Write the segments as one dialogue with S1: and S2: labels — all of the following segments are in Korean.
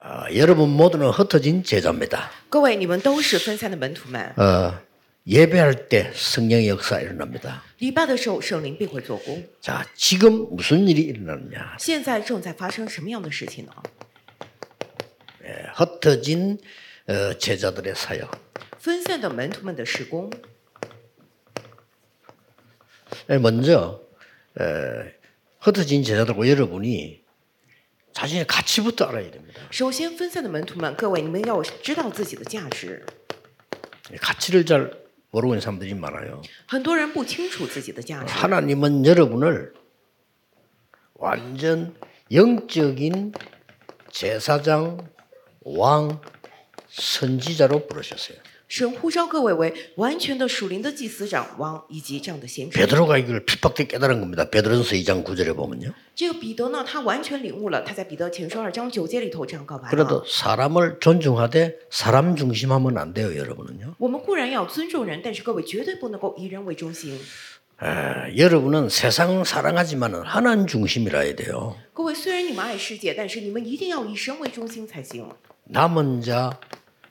S1: 어, 여러분 모두는 흩어진 제자입니다.
S2: 各位，你们都是分散的门徒们。
S1: 어, 예배할 때 성령의 역사 일어납니다.
S2: 礼拜的时候，圣灵必会做工。
S1: 자, 지금 무슨 일이 일어났냐?
S2: 现在正在发生什么样的事情呢？
S1: 흩어진 어, 제자들의 사역.
S2: 分散的门徒们的施工，
S1: 예, 먼저 어, 흩어진 제자들과 여러분이 자신의 가치부터 알아야 됩니다.
S2: 首先分散的门徒们，各位，你们要知道自己的价值。
S1: 가치를 잘 모르고 있는 사람들이 많아요.
S2: 很多人不清楚自己的价值，
S1: 하나님은 여러분을 완전 영적인 제사장, 왕, 선지자로 부르셨어요.
S2: 神呼召各位为完全的属灵的祭司长、王以及这样的先知。
S1: 베드로가 이걸 핍박때 깨달은 겁니다. 베드로전서 2장 9절에 보면요.
S2: 这个彼得呢，他完全领悟了，他在彼得前书二章九节里头这样告白了
S1: 그래도 。 사람을 존중하되 사람 중심하면 안 돼요, 여러분은요.
S2: 我们固然要尊重人，但是各位绝对不能够以人为中心。
S1: 에, 여러분은 세상을 사랑하지만 하나님 중심이라 해야 돼요.
S2: 各位，虽然你们爱世界，但是你们一定要以神为中心才行。
S1: 남은 자,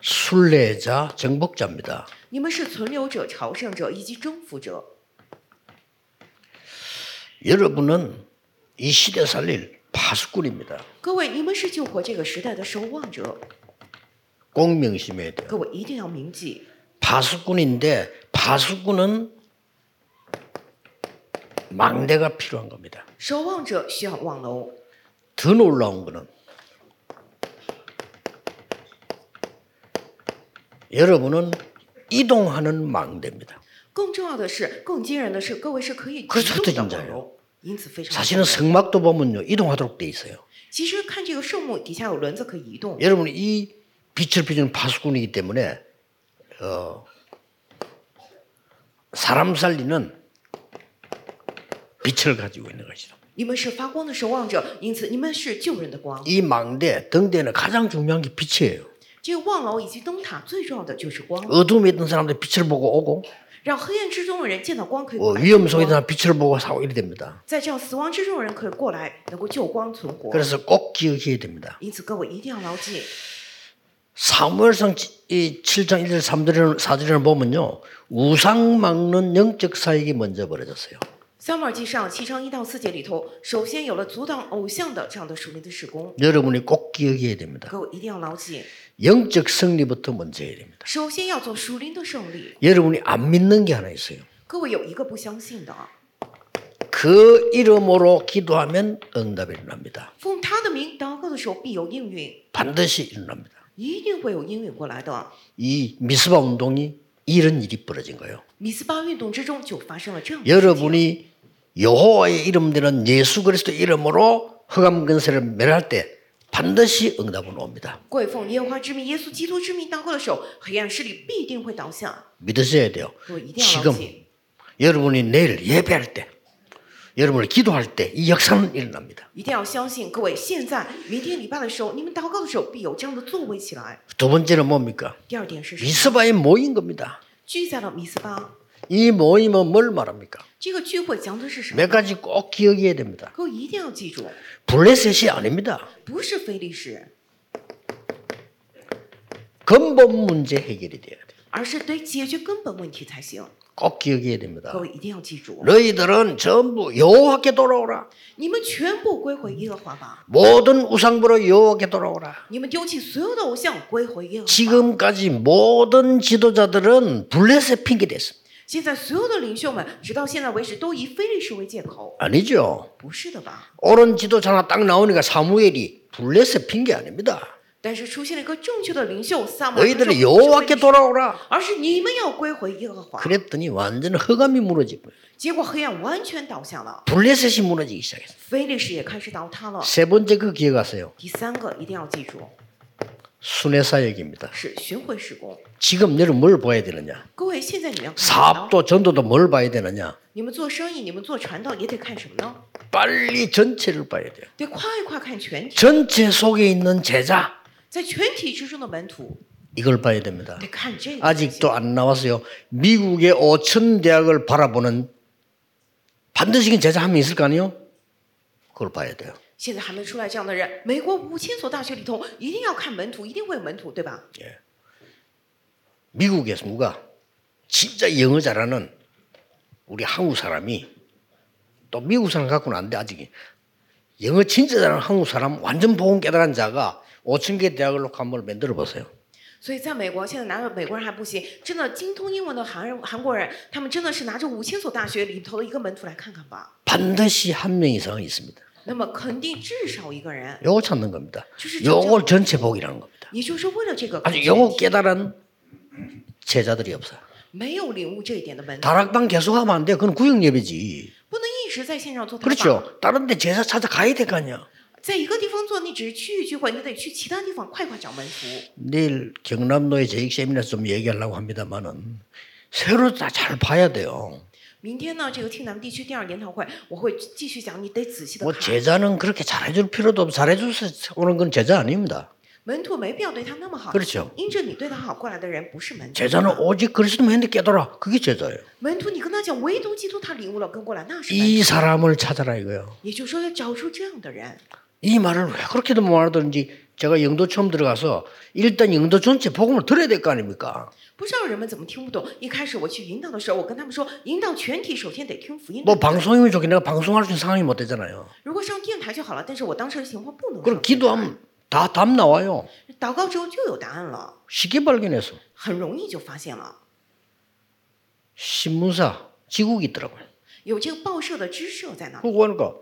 S1: 순례자, 정복자입니다.
S2: 你们是存留者、朝圣者以及征服者。
S1: 여러분은 이 시대 살릴 파수꾼입니다.
S2: 各位，你们是救活这个时代的守望者。
S1: 꼭 명심해야 돼요.
S2: 各位一定要铭记，
S1: 파수꾼인데 파수꾼은 망대가 필요한 겁니다.
S2: 守望者需要望楼。
S1: 더 놀라운 거는 여러분은 이동하는 망대입니다.
S2: 更重要的是，更惊人的是，各位是可以移
S1: 그래서어떻
S2: 动
S1: 게인자예요
S2: 的望楼。因此非常
S1: 사실은 。 성막도 보면요 이동하도록 돼 있어요.
S2: 其实看这个圣木底下有轮子可以移动。
S1: 여러분 이 빛을 비추는 파수꾼이기 때문에 어, 사람 살리는 빛을 가지고 있는 것이죠.
S2: 你们是发光的守望者，因此你们是救人的光。
S1: 이 망대 등대는 가장 중요한 게 빛이에요.
S2: 这个望楼以及灯塔最重要的就是光，
S1: 어둠에 있던 사람들 빛을 보고 오고
S2: 让黑暗之中的人见到光可以
S1: 어,
S2: 过来救
S1: 위험 속에 있는
S2: 光。
S1: 사람 빛을 보고 사고 이래 됩니다.
S2: 在这样死亡之中的人可以过来，能够救光存活。
S1: 그래서 꼭 기억해야 됩니다.
S2: 因此各位一定要牢记，
S1: 사무엘상 7장 1절 3절을 4절을 보면요. 우상 막는 영적 사역이 먼저 벌어졌어요.
S2: 撒母耳记上七章一到四节里头，首先有了阻挡偶像的这样的属灵的施工，
S1: 여러분이 꼭 기억해야 됩니다.
S2: 各位一定要牢记，
S1: 영적 승리부터 먼저 해야 됩니다.
S2: 首先要做属灵的胜利。
S1: 여러분이 안 믿는 게 하나 있어요.
S2: 各位有一个不相信的，
S1: 그 이름으로 기도하면 응답이 일어납니다.
S2: 奉他的名祷告的时候必有应允，
S1: 반드시 일어납니다.
S2: 一定会有应允过来的。
S1: 이 미스바 운동이 이런 일이 벌어진 거예요.
S2: 米斯巴运动之中就发生了这样的事情。
S1: 여러분이 여호와의 이름 되는 예수 그리스도 이름으로 흑암 근세를 멸할 때 반드시 응답은 옵니다.
S2: 各位奉耶和华之名、耶稣基督之名祷告的时候，黑暗势力必定会倒下。
S1: 믿으셔야 돼요.
S2: 各位一定要牢
S1: 지금
S2: 记，
S1: 여러분이 내일 예배할 때, 여러분을 기도할 때 이 역사는 일어납니다.
S2: 一定要相信。各位现在明天礼拜的时候，你们祷告的时候必有这样的作为起来。
S1: 두 번째는 뭡니까?
S2: 第二点是什么？
S1: 미스바에 모인 겁니다.
S2: 聚在了米斯巴，
S1: 이 모임은 뭘 말합니까?
S2: 这个聚会讲的是什么
S1: 몇 ？ 가지 꼭 기억해야 됩니다.
S2: 各位一定要记住，
S1: 블레셋이 아닙니다.
S2: 不是非历史，
S1: 근본 문제 해결이 돼야 돼요.
S2: 而是得解决根本问题才行。
S1: 꼭 기억해야 됩니다.
S2: 各位一定要记住，
S1: 너희들은 전부 여호와께 돌아오라.
S2: 你们全部归回耶和华吧，
S1: 모든 우상부로 여호와께 돌아오라.
S2: 你们丢弃所有的偶像，归回耶和华。
S1: 지금까지 모든 지도자들은 블레셋 핑계 댔습니다.
S2: 现在所有的领袖们，直到现在为止，都以非历史为借口，
S1: 아니죠.
S2: 不是的吧？
S1: 옳은 지도자 하나 딱 나오니까 사무엘이 블레셋 핑계 아닙니다.
S2: 但是出现了一个正确的领袖撒母耳，
S1: 너희들은 여호와께
S2: 而
S1: 돌아오라.
S2: 是你们要归回耶和华。
S1: 그랬더니 완전 허감이 무너지고
S2: 结果黑暗完全倒下了，
S1: 블레셋이 무너지기 시작했어요.
S2: 非历史也开始倒塌了。
S1: 세 번째 그 기억하세요.
S2: 第三个一定要记住，
S1: 순회사역입니다.
S2: 是巡回施工。
S1: 지금 여러분 뭘 봐야 되느냐?
S2: 各位，现在你们要看什么呢？
S1: 사업도 전도도 뭘 봐야 되느냐?
S2: 你们做生意，你们做传道也得看什么呢？
S1: 빨리 전체를 봐야 돼요.
S2: 得快快看全体，
S1: 전체 속에 있는 제자
S2: 在全体之中的门徒
S1: 이걸 봐야 됩니다.
S2: 得看这个才行。
S1: 아직도 안 나왔어요. 미국의 5천 대학을 바라보는 반드시 그 제자 한 명 있을 거 아니에요? 그걸 봐야 돼요.
S2: 现在还没出来这样的人。美国五千所大学里头，一定要看门徒，一定会有门徒，对吧？
S1: 미국에서 누가 진짜 영어 잘하는 우리 한국 사람이 또 미국 사람 갖고는 안 돼 아직 영어 진짜 잘하는 한국 사람 완전 보험 깨달은 자가 5천 개 대학을 놓고 한번 만들어 보세요.
S2: 所以在美国，现在拿着美国人还不行，真的精通英文的韩人韩国人，他们真的是拿着五千所大学里头的一个门徒来看看吧。
S1: 반드시 한 명 이상은 있습니다.
S2: 那么肯定至少一个人，
S1: 요거 찾는 겁니다.
S2: 주시죠.
S1: 요걸 전체 복이라는 겁니다.
S2: 也就是为了这个
S1: 아주 영어 깨달은 제자들이 없어요.
S2: 没有领悟这一点的门徒，
S1: 다락방 계속하면 안 돼. 그건 구역 예배지.
S2: 不能一直在线上做祷告。
S1: 그렇죠. 다른 데 제자 찾아가야 될 거 아니야.
S2: 在一个地方做，你只是区域聚会，你得去其他地方快快找门徒。
S1: 내일 경남도의 재익 세미나에서 좀 얘기하려고 합니다만은 새로 다 잘 봐야 돼요.
S2: 明天呢，这个听咱们地区第二研讨会，我会继续讲，你得仔细的
S1: 뭐
S2: 看。
S1: 제자는 그렇게 잘해줄 필요도 없고 잘해줘서 오는 건 제자 아닙니다.
S2: 门徒没必要对他那么好
S1: 그렇죠 ，
S2: 因着你对他好过来的人不是门徒。
S1: 제자는 오직 그리스도만 했는데 깨달아. 그게 제자예요.
S2: 门徒，你跟他讲，唯独基督他领悟了，跟过来，那是门徒。
S1: 이 사람을 찾아라 이거예요.
S2: 也就是说，要找出这样的人。
S1: 이 말을 왜 그렇게도 말하든지 제가 영도 처음 들어가서 일단 영도 전체 복음을 들어야 될 거 아닙니까?
S2: 不知道人们怎么听不懂。一开始我去引导的时候，我跟他们说，引导全体首先得听福音。
S1: 뭐 방송이면 좋겠는데 내가 방송할 수 있는 상황이 못 되잖아요.
S2: 如果上电台就好了，但是我当时的情况不能
S1: 그럼
S2: 上电台。
S1: 기도하면 다 답 나와요.
S2: 祷告之后就有答案了，
S1: 쉽게 발견해서
S2: 很容易就发现了。
S1: 신문사 지국이 있더라고요.
S2: 有这个报社的支社在那儿
S1: 그거 보니까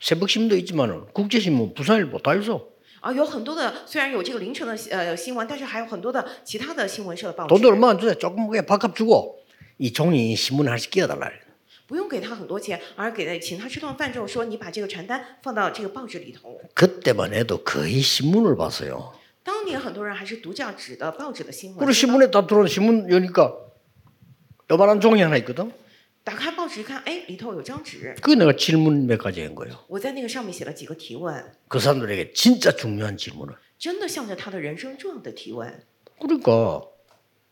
S1: 새벽신문도 있지만은 국제신문, 부산일보 다 있어.
S2: 啊，有很多的虽然有这个凌晨的呃新闻，但是还有很多的其他的新闻社的报纸，
S1: 돈도 얼마 안 주네. 조금 그냥 밥값 주고 이 종이 신문 하나씩 끼워달라. 그래.
S2: 不用给他很多钱，而给他请他吃顿饭之后说你把这个传单放到这个报纸里头。
S1: 그때만 해도 거의 신문을 봤어요.
S2: 当年很多人还是读这样纸的报纸的新
S1: 그리고
S2: 闻，
S1: 신문에 다 들어온 신문 여니까 요만한 종이 하나 있거든.
S2: 打开报纸一看，哎，里头有张纸，
S1: 그게 내가 질문 몇 가지 한 거예요.
S2: 我在那个上面写了几个提问，
S1: 그 사람들에게 진짜 중요한 질문을.
S2: 真的向着他的人生重要的提问，
S1: 그러니까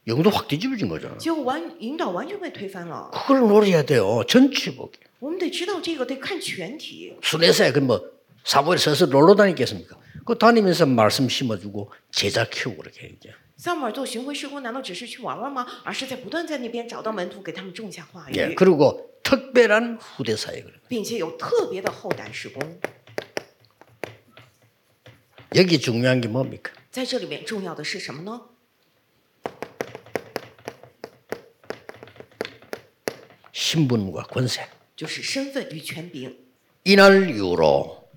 S1: 영도 확 뒤집어진 거잖아.
S2: 结果完引导完全被推翻了。
S1: 그걸 노려야 돼요. 전체 보기.
S2: 我们得知道这个，得看全体。
S1: 순회사에 그뭐 사부에 서서 놀러 다니겠습니까? 그 다니면서 말씀 심어주고 제자 키우고 그렇게 해요, 이제.
S2: 萨姆尔做巡回施工，难道只是去玩玩吗？而是在不断在那边找到门徒，给他们种下话语，
S1: 예, 그리고 특별한 후대 사역.
S2: 并且有特别的后代施工。
S1: 여기 중요한 게 뭡니까?
S2: 在这里面重要的是什么呢？
S1: 신분과 권세.
S2: 就是身份与权柄。
S1: 이날 이후로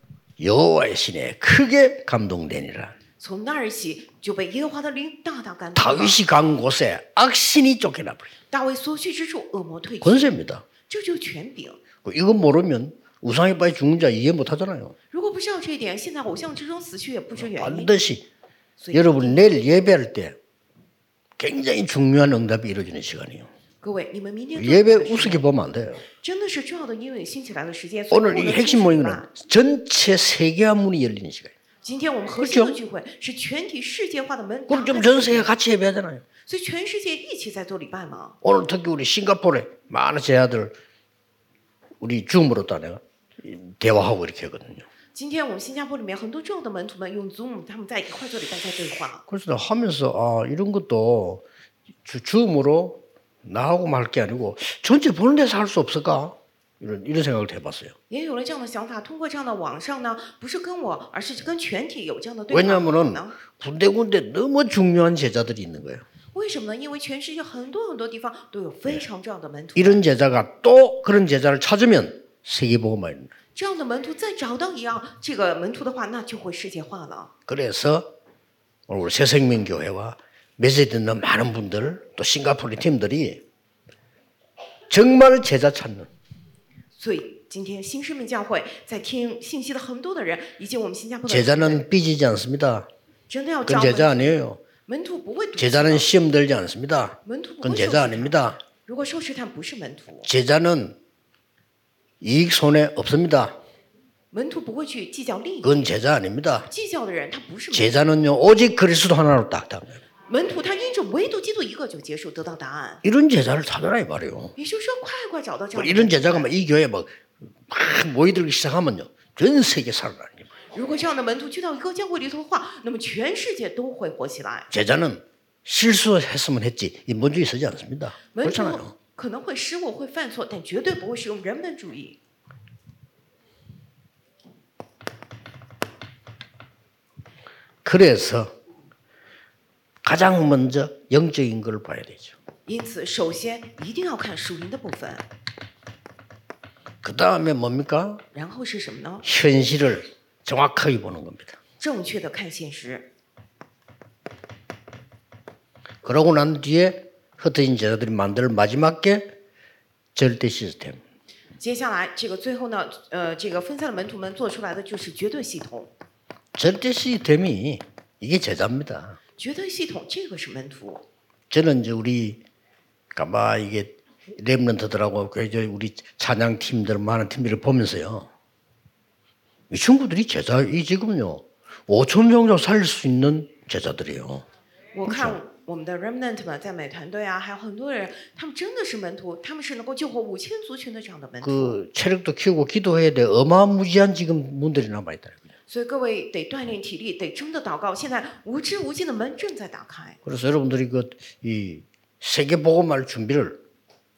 S1: 여호와의 신에 크게 감동되니라.
S2: 从那儿起就被耶和华的灵大大感动了。
S1: 다윗이 간 곳에 악신이 쫓겨나 버려.
S2: 大卫所去之处，恶魔退去，
S1: 권세입니다. 그
S2: 这就是权柄。
S1: 이거 모르면 우상에 빠져 죽는 자 이해 못 하잖아요.
S2: 如果不知道这一点，现在偶像之中死去也不知原因。
S1: 반드시
S2: 所以，
S1: 여러분 내일 예배할 때 굉장히 중요한 응답이 이루어지는 시간이에요.
S2: 各位，你们明天做
S1: 예배 우습게 보면 안 돼요.
S2: 真的是重要的英语兴起来的时间。所以
S1: 오늘
S2: 不
S1: 이
S2: 能
S1: 핵심
S2: 轻举
S1: 모임은
S2: 吧
S1: 전체 세계화 문이 열리는 시간이에요.
S2: 今天我们核心的聚会是全体世界化的门，
S1: 그럼 좀 전 세계 같이 예배하잖아요.
S2: 所以全世界一起在做礼拜嘛。
S1: 오늘 특히 우리 싱가포르에 많은 제자들 우리 줌으로 다 내가 대화하고 이렇게 하거든요.
S2: 今天我们新加坡里面很多重要的门徒们用 Zoom，他们在一块做礼拜，在对话。
S1: 그래서 나 하면서 아 이런 것도 주- 줌으로 나하고만 할 게 아니고 전체 보는 데서 할 수 없을까 이런 이런 생각을 해봤어요.
S2: 也有了这样的想法，通过这样的网上呢，不是跟我，而是跟全体有这样的对话。为什么
S1: 왜냐하면은
S2: 呢？
S1: 군데군데 너무 중요한 제자들이 있는 거예요.
S2: 为什么呢？因为全世界很多很多地方都有非常重要的门徒，
S1: 이런 제자가 또 그런 제자를 찾으면 세계복음화입니다.
S2: 这样的门徒再找到一样这个门徒的话，那就会世界化了。
S1: 그래서 오늘 우리 새생명교회와 메시지 듣는 많은 분들 또 싱가포르 팀들이 정말 제자 찾는
S2: 所以今天新生命教会在听信息的很多的人，以及我们新加坡的人
S1: 제자는 삐지지 않습니다.
S2: 真的要找
S1: 건
S2: 门徒
S1: 제자 아니에요.
S2: 门徒不会赌气的
S1: 제자는 시험 들지 않습니다.
S2: 门徒不
S1: 건
S2: 会受
S1: 제자
S2: 试探。
S1: 아닙니다.
S2: 如果受试探不是门徒，
S1: 제자는 이익 손해 없습니다.
S2: 门徒不会去计较利益。
S1: 건 제자 아닙니다.
S2: 计较的人他不是门徒，
S1: 제자는요 오직 그리스도 하나로 딱 딱.
S2: 门徒他因着唯独基督一个就结束，得到答案。
S1: 이런 제자를 찾아라 이 말이에요.
S2: 也就是说，快快找到这样的
S1: 이런 제자가 막 이 교회 막, 막 모이들기 시작하면요 전 세계 살아나는 거예요.
S2: 如果这样的门徒去到一个教会里头的话，那么全世界都会火起来。
S1: 제자는 실수했으면 했지 인본주의 쓰지 않습니다.
S2: 门徒
S1: 그렇잖아요.
S2: 可能会失误、会犯错，但绝对不会使用人本主义。
S1: 그래서 가장 먼저 영적인 걸 봐야 되죠.
S2: 因此，首先一定要看属灵的部分，
S1: 그 다음에 뭡니까?
S2: 然后是什么呢？
S1: 현실을 정확하게 보는 겁니다.
S2: 正确的看现实。
S1: 그러고 난 뒤에 흩어진 제자들이 만들 마지막 게 절대 시스템.
S2: 接下来，这个最后呢，呃，这个分散的门徒们做出来的就是绝对系统。
S1: 절대 시스템이 이게 제자입니다.
S2: 绝对系统这个是门徒。
S1: 저는 이제 우리 가마 이게 랩런트들하고 그 이제 우리 찬양 팀들 많은 팀들을 보면서요. 이 친구들이 제자 이 지금요 5천 정도 살릴 수 있는 제자들이에요.
S2: 我看我们的 remnant 们在美团队啊，还有很多人，他们真的是门徒，他们是能够救活五千族群的这样的门徒。
S1: 그 체력도 키우고 기도해야 돼. 어마무지한 지금 문들이 남아 있더라고요.
S2: 所以各位得锻炼体力，得真的祷告。现在无知无尽的门正在打开，
S1: 그래서 여러분들이 그 이 세계 복음할 준비를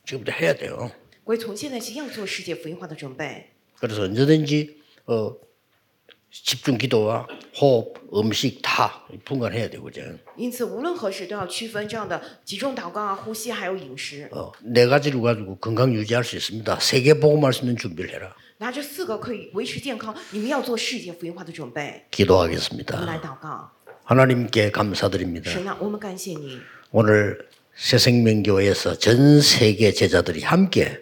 S1: 지금부터 해야 돼요.
S2: 所以从现在起要做世界福音化的准备。
S1: 그래서 언제든지 어 집중 기도와 호흡, 음식 다 분간해야 되거든.
S2: 因此，无论何时都要区分这样的集中祷告啊、呼吸还有饮食，
S1: 어, 네 가지를 가지고 건강 유지할 수 있습니다. 세계 복음할 수 있는 준비를 해라.
S2: 拿这四个可以维持健康。你们要做世界福音化的准备，我们
S1: 기도하겠습니다.
S2: 来祷告。
S1: 하나님께 감사드립니다.
S2: 神啊，我们感谢你，
S1: 오늘 새생명교회에서 전 세계 제자들이 함께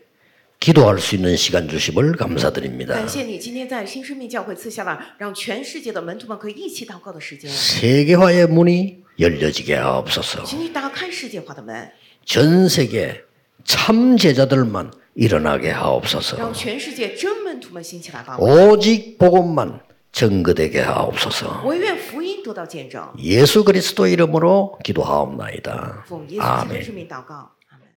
S1: 기도할 수 있는 시간 주심을
S2: 感
S1: 감사드립니다.
S2: 谢你今天在新生命教会赐下了让全世界的门徒们可以一起祷告的时间。
S1: 세계화의 문이 열려지게 하옵소서.
S2: 请你打开世界化的门，
S1: 전 세계 참 제자들만 일어나게
S2: 让
S1: 하옵소서.
S2: 全世界真门徒们兴起来吧。
S1: 오직 복음만 증거되게 하옵소서.
S2: 我愿福音得到见证。
S1: 예수 그리스도 이름으로 기도하옵나이다.
S2: 奉耶稣基督
S1: 아멘.
S2: 之名祷告。